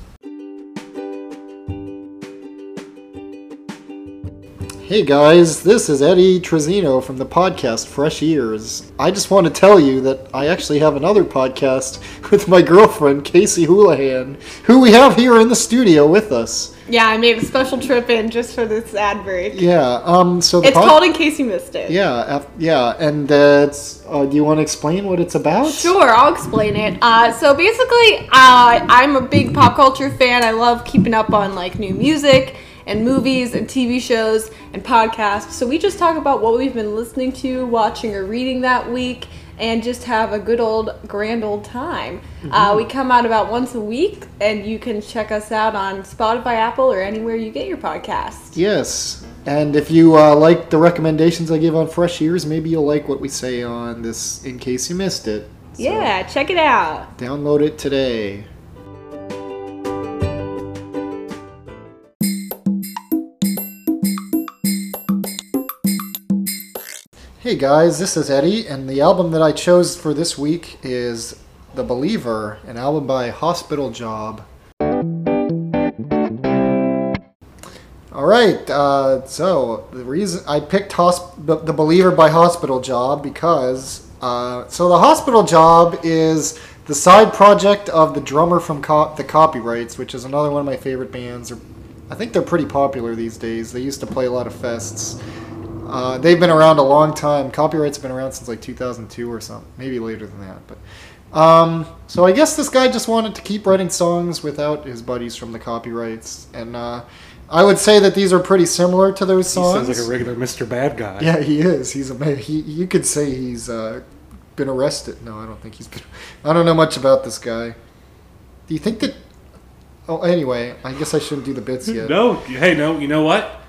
S3: Hey guys, this is Eddie Trezino from the podcast Fresh Ears. I just want to tell you that I actually have another podcast with my girlfriend Casey Houlihan, who we have here in the studio with us.
S4: Yeah, I made a special trip in just for this ad break.
S3: Yeah, um, so the
S4: It's
S3: pod-
S4: called In Case You Missed It.
S3: yeah, af- yeah, and uh, it's, uh, do you want to explain what it's about?
S4: Sure, I'll explain it. Uh, so basically, uh, I'm a big pop culture fan. I love keeping up on like new music and movies and TV shows and podcasts. So we just talk about what we've been listening to, watching, or reading that week, and just have a good old, grand old time. Uh,
S3: Mm-hmm.
S4: we come out about once a week, and you can check us out on Spotify, Apple, or anywhere you get your podcast.
S3: Yes. And if you uh, like the recommendations I give on Fresh Ears, maybe you'll like what we say on this in case you missed it. So
S4: Yeah, check it out.
S3: Download it today. Hey guys, this is Eddie, and the album that I chose for this week is The Believer, an album by Hospital Job. All right. Uh, so the reason I picked hosp- the, the Believer by Hospital Job because uh, so the Hospital Job is the side project of the drummer from co- the Copyrights, which is another one of my favorite bands. Or I think they're pretty popular these days. They used to play a lot of fests. Uh, they've been around a long time. Copyrights have been around since like 2002 or something, maybe later than that. But um, so I guess this guy just wanted to keep writing songs without his buddies from the copyrights, and uh, I would say that these are pretty similar to those
S2: he
S3: songs.
S2: sounds like a regular Mr. Bad Guy.
S3: yeah, he is. He's a ma- he. You could say he's uh, been arrested. No, I don't think he's been. I don't know much about this guy. Do you think that? Oh, anyway, I guess I shouldn't do the bits yet.
S2: No. Hey, no. You know what?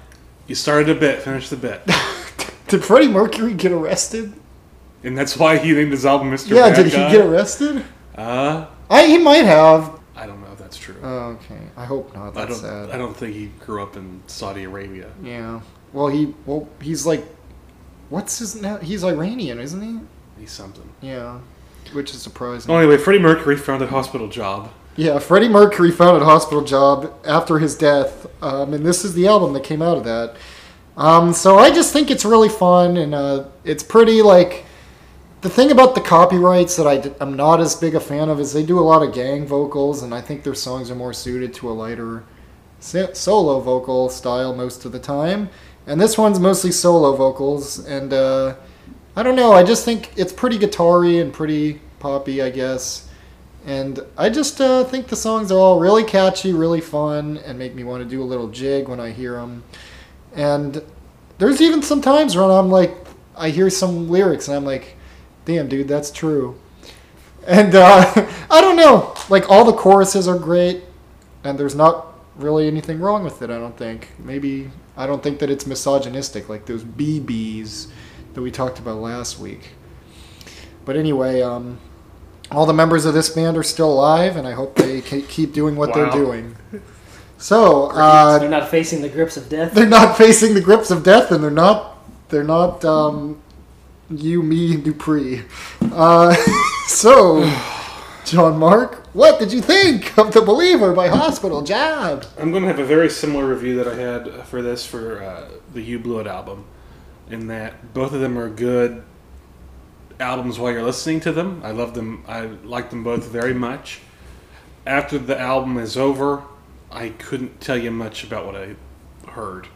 S2: You started a bit. Finish the bit.
S3: Did Freddie Mercury get arrested?
S2: And that's why he named his album Mr.
S3: Yeah,
S2: Bad
S3: did he
S2: Guy.
S3: get arrested?
S2: Uh,
S3: I, he might have.
S2: I don't know if that's true.
S3: Oh, okay. I hope not.
S2: I
S3: That's
S2: don't.
S3: sad.
S2: I don't think he grew up in Saudi Arabia.
S3: Yeah. Well, he well he's like, what's his? na- He's Iranian, isn't
S2: He's something.
S3: he? Yeah. Which is surprising.
S2: Well, anyway, Freddie Mercury founded Hospital Job.
S3: Yeah, Freddie Mercury found a hospital job after his death, um, and this is the album that came out of that. Um, so I just think it's really fun, and uh, it's pretty like the thing about the copyrights that I d- I'm not as big a fan of is they do a lot of gang vocals, and I think their songs are more suited to a lighter si- solo vocal style most of the time. And this one's mostly solo vocals, and uh, I don't know. I just think it's pretty guitar-y and pretty poppy, I guess. And I just uh, think the songs are all really catchy, really fun, and make me want to do a little jig when I hear them. And there's even some times when I'm like, I hear some lyrics and I'm like, damn, dude, that's true. And uh, I don't know. Like, all the choruses are great, and there's not really anything wrong with it, I don't think. Maybe, I don't think that it's misogynistic, like those BBs that we talked about last week. But anyway, um, all the members of this band are still alive, and I hope they ca- keep doing what
S2: Wow.
S3: they're doing. So
S1: So
S3: uh,
S1: They're not facing the grips of death.
S3: they're not facing the grips of death, and they're not they're not um, you, me, Dupree. Uh, so, John Mark, what did you think of the Believer by Hospital Jab?
S2: I'm going to have a very similar review that I had for this for uh, the You Blew It album, in that both of them are good albums while you're listening to them. I love them. I like them both very much. After the album is over, I couldn't tell you much about what I heard.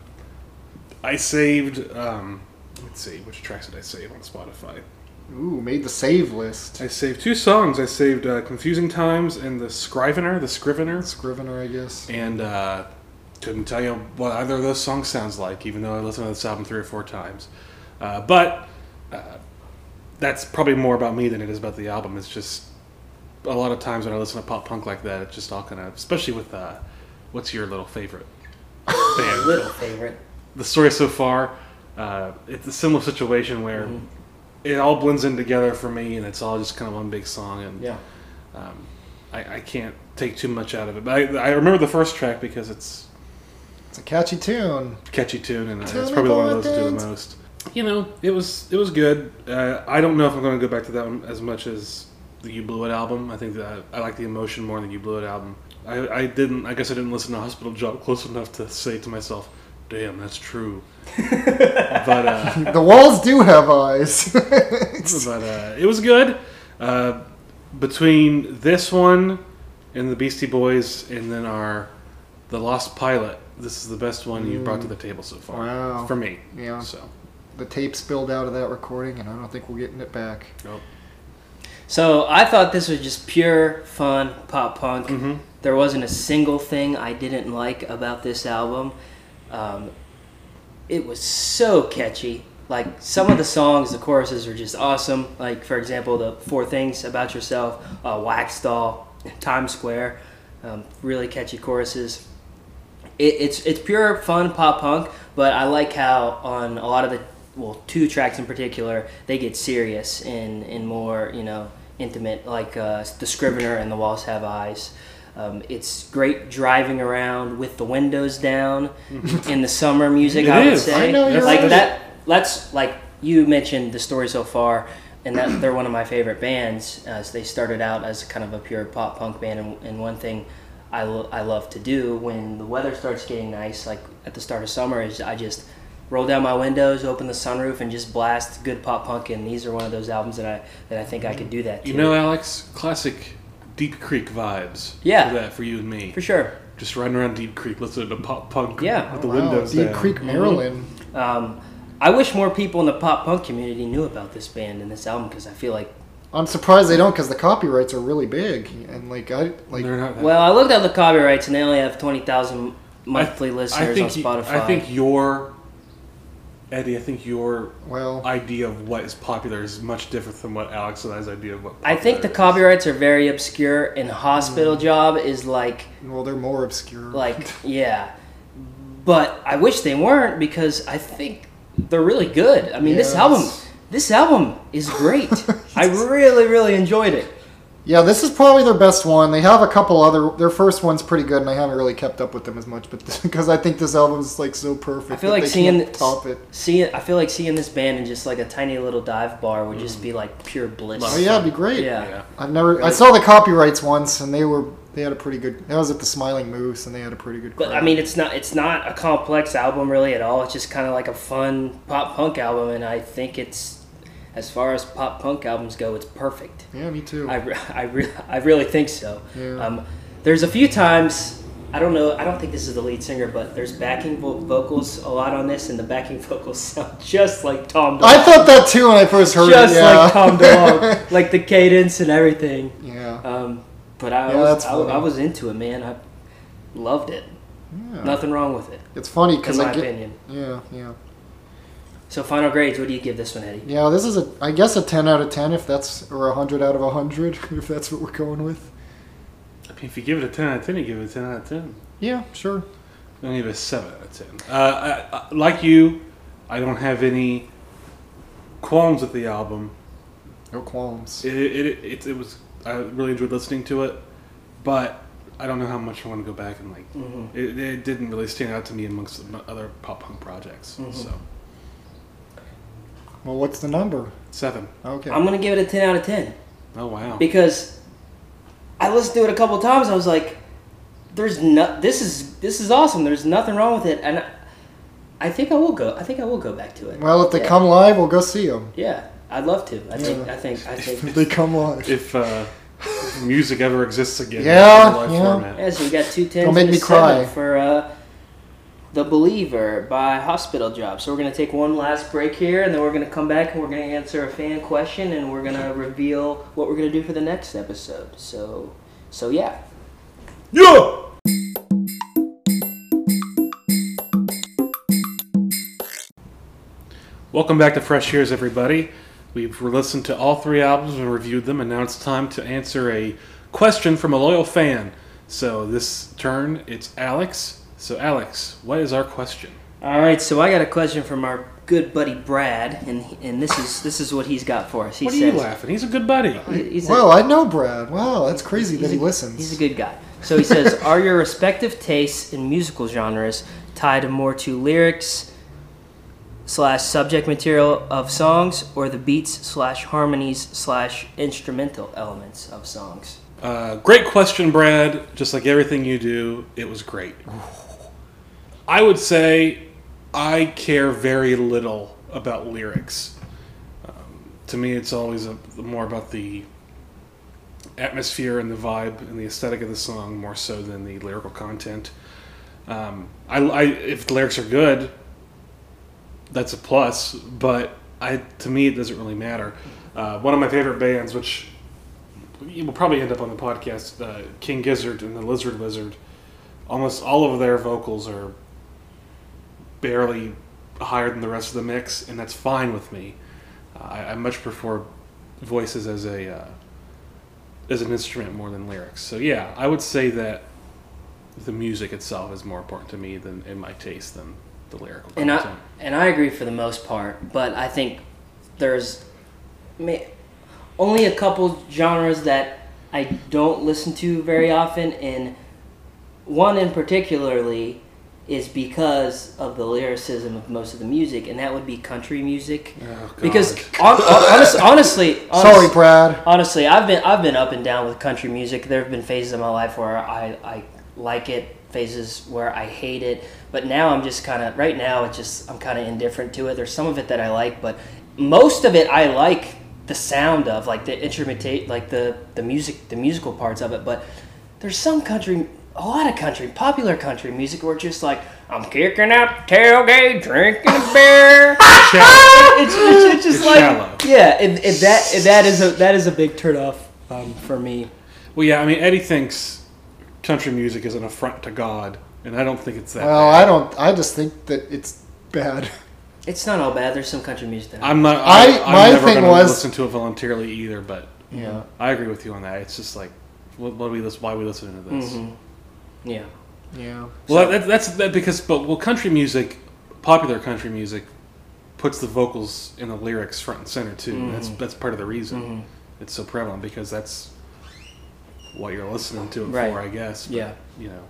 S2: I saved. Um, let's see, which tracks did I save on Spotify?
S3: Ooh, made the save list.
S2: I saved two songs. I saved uh, "Confusing Times" and "The Scrivener." The Scrivener.
S3: Scrivener, I guess.
S2: and uh, couldn't tell you what either of those songs sounds like, even though I listened to this album three or four times. Uh, but uh, that's probably more about me than it is about the album. It's just a lot of times when I listen to pop punk like that, it's just all kind of, especially with uh, what's your little favorite band?
S1: Little favorite.
S2: the story so far, uh, it's a similar situation where it all blends in together for me, and it's all just kind of one big song. And
S1: Yeah.
S2: um, I, I can't take too much out of it. But I, I remember the first track because it's
S3: It's a catchy tune.
S2: catchy tune, and uh,
S3: Tell
S2: it's
S3: me
S2: probably the one I
S3: more
S2: listen to the
S3: things.
S2: most. You know, it was it was good. Uh, I don't know if I'm going to go back to that one as much as the You Blew It album. I think that I, I like the emotion more than the You Blew It album. I, I didn't. I guess I didn't listen to Hospital Job close enough to say to myself, "Damn, that's true." but uh,
S3: The walls do have eyes.
S2: but uh, it was good. Uh, between this one and the Beastie Boys, and then our the Lost Pilot, this is the best one you brought to the table so far
S3: Wow.
S2: for me.
S3: Yeah.
S2: So
S3: the tape spilled out of that recording, and I don't think we're getting it back.
S1: So I thought this was just pure fun pop punk. There wasn't a single thing I didn't like about this album. Um, it was so catchy. Like some of the songs, the choruses are just awesome. Like for example, the four things about yourself, uh, Wax Doll, Times Square, um, really catchy choruses. It, it's it's pure fun pop punk, but I like how on a lot of the well two tracks in particular they get serious and and more you know intimate like uh, the Scrivener and the Walls Have Eyes. Um, it's great driving around with the windows down in the summer music.
S2: It
S1: I would
S2: is.
S1: say
S3: I know you're
S1: like
S3: right.
S1: that. That's like you mentioned the story so far, and that they're one of my favorite bands. As they started out as kind of a pure pop punk band, and, and one thing I, lo- I love to do when the weather starts getting nice, like at the start of summer, is I just roll down my windows, open the sunroof, and just blast good pop punk. And these are one of those albums that I that I think I could do that. To.
S2: you know, Alex, classic Deep Creek vibes.
S1: Yeah.
S2: for that for you and me.
S1: for sure.
S2: Just running around Deep Creek, listening to pop punk.
S1: Yeah.
S2: with the
S3: Wow,
S2: windows
S3: Deep
S2: down.
S3: Creek, Maryland.
S1: Um, I wish more people in the pop punk community knew about this band and this album because I feel like
S3: I'm surprised they don't, because the copyrights are really big, and like I like.
S2: They're not that-
S1: Well, I looked up the copyrights, and they only have twenty thousand monthly
S2: I
S1: listeners
S2: think
S1: on
S2: you-
S1: Spotify.
S2: I think your Eddie. I think your
S3: Well,
S2: idea of what is popular is much different than what Alex and I's idea of what.
S1: I think the
S2: popular is.
S1: copyrights are very obscure, and
S2: Mm.
S1: Hospital Job is like,
S3: well, they're more obscure.
S1: like, yeah. But I wish they weren't because I think they're really good. I mean, this
S3: Yes.
S1: album, this album is great. I really, really enjoyed it.
S3: yeah, this is probably their best one. They have a couple other. Their first one's pretty good, and I haven't really kept up with them as much, but because I think this album's like so perfect.
S1: I feel
S3: that
S1: like
S3: they
S1: seeing
S3: can't top it.
S1: Seeing, I feel like seeing this band in just like a tiny little dive bar would just be like pure bliss.
S3: Oh yeah, it'd be great.
S1: Yeah.
S2: Mm. Yeah.
S3: I've never. I
S1: Right.
S3: saw the copyrights once, and they were they had a pretty good. That was at the Smiling Moose, and they had a pretty good.
S1: But I
S3: crowd.
S1: mean, it's not it's not a complex album really at all. It's just kind of like a fun pop punk album, and I think it's as far as pop punk albums go, it's perfect.
S3: yeah, me too.
S1: I, re- I, re- I really think so.
S3: Yeah.
S1: Um, there's a few times I don't know I don't think this is the lead singer, but there's backing vo- vocals a lot on this, and the backing vocals sound just like Tom. DeLonge.
S3: I thought that too when I first heard
S1: just
S3: it. Yeah.
S1: like Tom DeLonge, like the cadence and everything.
S3: yeah.
S1: Um, but I
S3: Yeah,
S1: was
S3: that's
S1: I, I
S3: funny.
S1: was into it, man. I loved it.
S3: Yeah.
S1: Nothing wrong with it,
S3: It's funny
S1: in
S3: because
S1: my
S3: I get.
S1: opinion.
S3: Yeah, yeah,
S1: So final grades, what do you give this one, Eddie?
S3: yeah. This is a, I guess, a ten out of ten if that's, or a hundred out of a hundred if that's what we're going with.
S2: I mean, if you give it a 10 out of 10, you give it a 10 out of 10.
S3: Yeah, sure.
S2: I give it a 7 out of 10. Uh, I, I, like you, I don't have any qualms with the album.
S3: No qualms.
S2: It, it, it, it, was I really enjoyed listening to it, but I don't know how much I want to go back and like.
S3: Mm-hmm.
S2: It, it didn't really stand out to me amongst the other pop punk projects.
S3: Mm-hmm.
S2: So
S3: Well, what's the number?
S2: seven.
S3: Okay.
S1: I'm gonna give it a ten out of ten
S2: Oh wow.
S1: because I listened to it a couple times. I was like, "There's no, this is this is awesome. There's nothing wrong with it." And I, I think I will go. I think I will go back to it.
S3: well, if they
S1: Yeah.
S3: come live, we'll go see them.
S1: yeah, I'd love to. I think. I think. I
S3: If
S1: think.
S3: they come live.
S2: if uh, music ever exists again,
S3: Yeah,
S2: in live
S3: yeah.
S2: format.
S1: Yeah, so we got two tens
S3: Don't make
S1: and a
S3: me cry.
S1: seven for uh, the Believer by Hospital Job. So we're gonna take one last break here, and then we're gonna come back and we're gonna answer a fan question, and we're gonna reveal what we're gonna do for the next episode. So, so yeah.
S2: Yeah. Welcome back to Fresh Years, everybody. We've listened to all three albums and reviewed them, and now it's time to answer a question from a loyal fan. So this turn, it's Alex. So Alex, what is our question?
S1: All right, so I got a question from our good buddy Brad, and and this is this is what he's got for us. He
S2: What are you
S1: says,
S2: laughing? He's a good buddy.
S1: he's a-
S3: Well, I know Brad. Wow, that's crazy that
S1: he's
S3: he
S1: a-
S3: listens.
S1: He's a good guy. So he says, "Are your respective tastes in musical genres tied more to lyrics slash subject material of songs, or the beats slash harmonies slash instrumental elements of songs?"
S2: Uh, great question, Brad. Just like everything you do, it was great. I would say I care very little about lyrics. Um, to me, it's always a, more about the atmosphere and the vibe and the aesthetic of the song more so than the lyrical content. Um, I, I, if the lyrics are good, that's a plus. But I, to me, it doesn't really matter. Uh, one of my favorite bands, which we'll probably end up on the podcast. Uh, King Gizzard and the Lizard Wizard, almost all of their vocals are barely higher than the rest of the mix, and that's fine with me. Uh, I, I much prefer voices as a uh, as an instrument more than lyrics. So yeah, I would say that the music itself is more important to me than in my taste than the lyrical
S1: and I
S2: content.
S1: and I agree for the most part, but I think there's may, only a couple genres that I don't listen to very often, and one in particularly is because of the lyricism of most of the music, and that would be country music.
S2: Oh,
S1: because hon-
S2: God.
S1: hon- honest- honestly, honestly,
S3: Sorry, Brad.
S1: Honestly, I've been I've been up and down with country music. There have been phases of my life where I, I like it, phases where I hate it. But now I'm just kind of right now it's just I'm kind of indifferent to it. There's some of it that I like, but most of it I like the sound of, like the instrumentate, like the the music, the musical parts of it. But there's some country, a lot of country, popular country music where it's just like I'm kicking up tailgate, drinking a beer. it's, it's, it's just
S2: It's
S1: like
S2: shallow.
S1: yeah, if, if that if that is a that is a big turnoff um, for me.
S2: well, yeah, I mean Eddie thinks country music is an affront to God, and I don't think it's that.
S3: Well, I don't. I just think that it's bad.
S1: It's not all bad. There's some country music that I,
S2: I'm not.
S3: I-
S2: I, I,
S3: my
S2: am never
S3: thing
S2: going to
S3: was-
S2: listen to it voluntarily either. But
S3: Yeah.
S2: I agree with you on that. It's just like, what, what do we listen? Why are we listening to this?
S1: Mm-hmm. yeah.
S3: Yeah.
S2: Well, that, that's that because but well, country music, popular country music, puts the vocals and the lyrics front and center too. That's
S1: Mm-hmm.
S2: that's part of the reason it's so prevalent because that's what you're listening to it
S1: Right.
S2: for, I guess. But,
S1: Yeah.
S2: you know,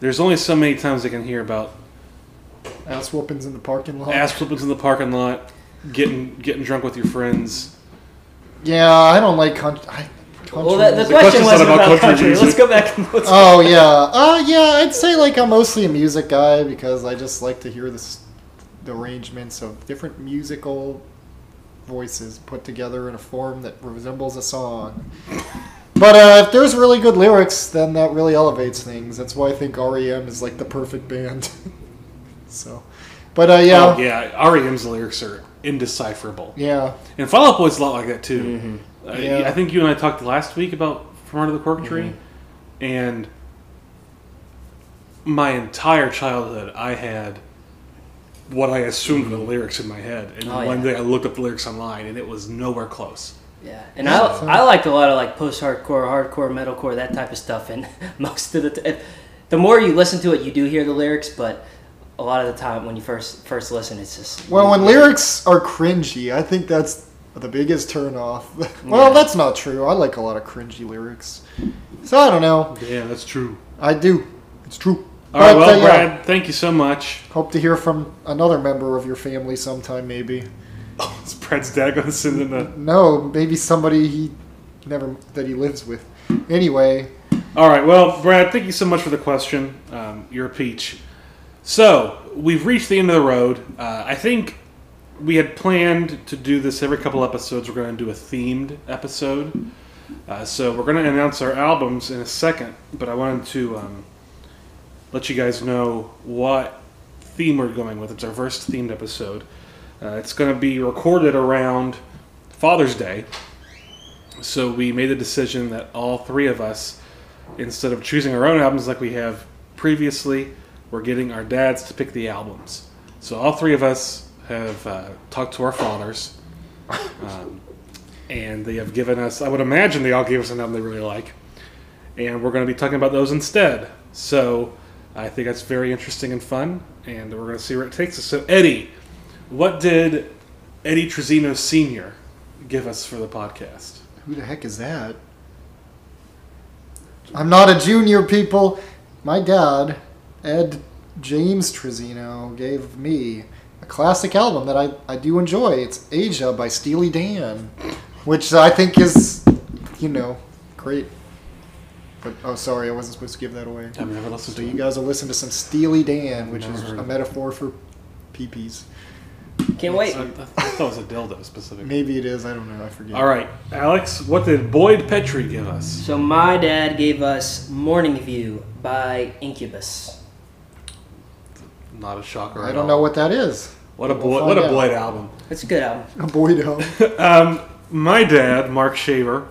S2: there's only so many times I can hear about
S3: Ass whoopings in the parking lot.
S2: ass flippings in the parking lot, getting getting drunk with your friends.
S3: Yeah, I don't like country. I, country
S1: Well, that, the
S3: music.
S1: question
S2: question's not
S1: was
S2: about
S1: about country.
S2: country music.
S1: Let's go back. And let's,
S3: oh yeah, uh, yeah. I'd say like I'm mostly a music guy because I just like to hear this, the arrangements of different musical voices put together in a form that resembles a song. But uh, if there's really good lyrics, then that really elevates things. That's why I think REM is like the perfect band. so, but uh, yeah,
S2: Oh, yeah, REM's lyrics are indecipherable.
S3: yeah,
S2: And Fall Out Boy's a lot like that too. Uh,
S3: Yeah.
S2: I think you and I talked last week about From Under the Cork Tree, and my entire childhood, I had what I assumed were the lyrics in my head, and
S1: Oh,
S2: one
S1: yeah.
S2: day I looked up the lyrics online, and it was nowhere close.
S1: yeah, and I I liked a lot of like post-hardcore, hardcore, metalcore, that type of stuff. And most of the t- the more you listen to it, you do hear the lyrics, but a lot of the time when you first first listen, it's just
S3: Well, when lyrics are cringy, I think that's the biggest turn off. well,
S1: Yeah.
S3: that's not true. I like a lot of cringy lyrics, so I don't know.
S2: Yeah, that's true.
S3: I do. It's true.
S2: All right,
S3: But, uh,
S2: well,
S3: yeah,
S2: Brad, thank you so much.
S3: Hope to hear from another member of your family sometime, maybe.
S2: It's Brad's dad going to send in a.
S3: No, maybe somebody he never that he lives with. Anyway,
S2: All right, well, Brad, thank you so much for the question. Um, you're a peach. So we've reached the end of the road. Uh, I think we had planned to do this every couple episodes. We're going to do a themed episode. Uh, so we're going to announce our albums in a second, but I wanted to um, let you guys know what theme we're going with. It's our first themed episode. Uh, it's going to be recorded around Father's Day. So we made the decision that all three of us, instead of choosing our own albums like we have previously, we're getting our dads to pick the albums. So all three of us have uh, talked to our fathers, um, and they have given us. I would imagine they all gave us an album they really like, and we're going to be talking about those instead. So I think that's very interesting and fun, and we're going to see where it takes us. So Eddie, what did Eddie Trezino Senior give us for the podcast?
S3: who the heck is that? I'm not a junior, people. My dad, Ed James Trezino, gave me a classic album that I, I do enjoy. It's Asia by Steely Dan, which I think is, you know, great. But oh, sorry, I wasn't supposed to give that away.
S2: I've never listened
S3: So
S2: to
S3: you
S2: it.
S3: guys will listen to some Steely Dan, which
S2: Never
S3: is
S2: heard of
S3: a
S2: it.
S3: metaphor for peepees.
S1: Can't wait.
S2: I, I thought it was a dildo specifically.
S3: Maybe it is. I don't know. I forget.
S2: All right, Alex, what did Boyd Petrie give us?
S1: So my dad gave us Morning View by Incubus.
S2: Not a shocker.
S3: I
S2: at
S3: don't
S2: all.
S3: know what that is.
S2: What a
S3: We'll
S2: Boyd,
S3: find
S2: what a
S3: out.
S2: Boyd album.
S1: That's a good album.
S3: A boy dog.
S2: Um, my dad, Mark Shaver,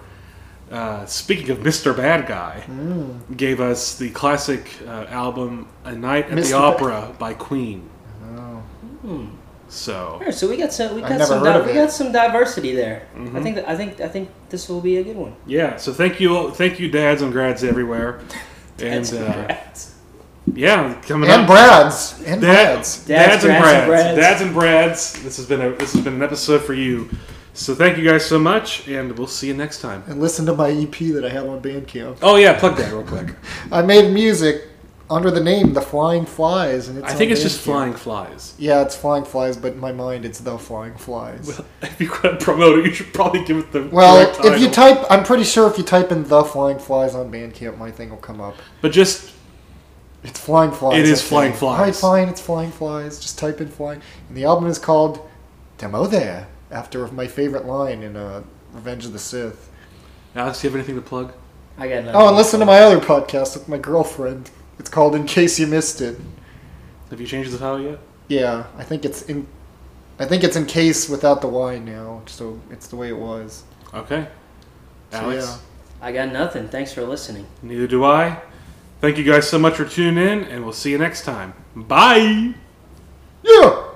S2: uh, speaking of Mr. Bad Guy,
S3: Mm.
S2: gave us the classic uh, album "A Night at
S3: Mr.
S2: the
S3: Ba-
S2: Opera" by Queen.
S3: Oh.
S2: So
S1: All right, so we got some we
S3: I've
S1: got
S3: never
S1: some
S3: heard
S1: di-
S3: of
S1: we
S3: it. Mm-hmm.
S1: got some diversity there. I think that, I think I think this will be a good one.
S2: yeah, so thank you, thank you, dads and grads everywhere, and
S1: That's
S2: uh,
S1: congrats.
S2: yeah, coming
S3: And
S2: up.
S3: Brad's.
S2: Dad-
S3: And Brad's.
S2: Dads,
S1: Dads,
S2: and
S1: Brads,
S2: Brads.
S1: and Brads.
S2: Dads and Brads. This has been a this has been an episode for you. So thank you guys so much, and we'll see you next time.
S3: And listen to my EP that I have on Bandcamp.
S2: Oh yeah, plug that real quick.
S3: I made music under the name The Flying Flies, and it's
S2: I think
S3: on
S2: it's just
S3: Bandcamp.
S2: flying flies.
S3: Yeah, it's Flying Flies, but in my mind, it's The Flying Flies. Well,
S2: If you're gonna promote it, you should probably give it the correct
S3: if you
S2: title.
S3: type, I'm pretty sure if you type in The Flying Flies on Bandcamp, my thing will come up.
S2: but just
S3: It's Flying Flies.
S2: It is
S3: I
S2: Flying
S3: think.
S2: Flies.
S3: All right, fine, it's Flying Flies. Just type in Flying. And the album is called Demo There, after my favorite line in uh, Revenge of the Sith.
S2: Alex, do you have anything to plug?
S1: I got nothing.
S3: Oh, and listen to my other podcast with my girlfriend. It's called In Case You Missed It.
S2: Have you changed the title yet?
S3: Yeah, I think it's in. I think it's in case without the Y now, so it's the way it was.
S2: Okay.
S3: So,
S2: Alex,
S3: yeah.
S1: I got nothing. Thanks for listening.
S2: neither do I. Thank you guys so much for tuning in, and we'll see you next time. Bye.
S3: Yeah.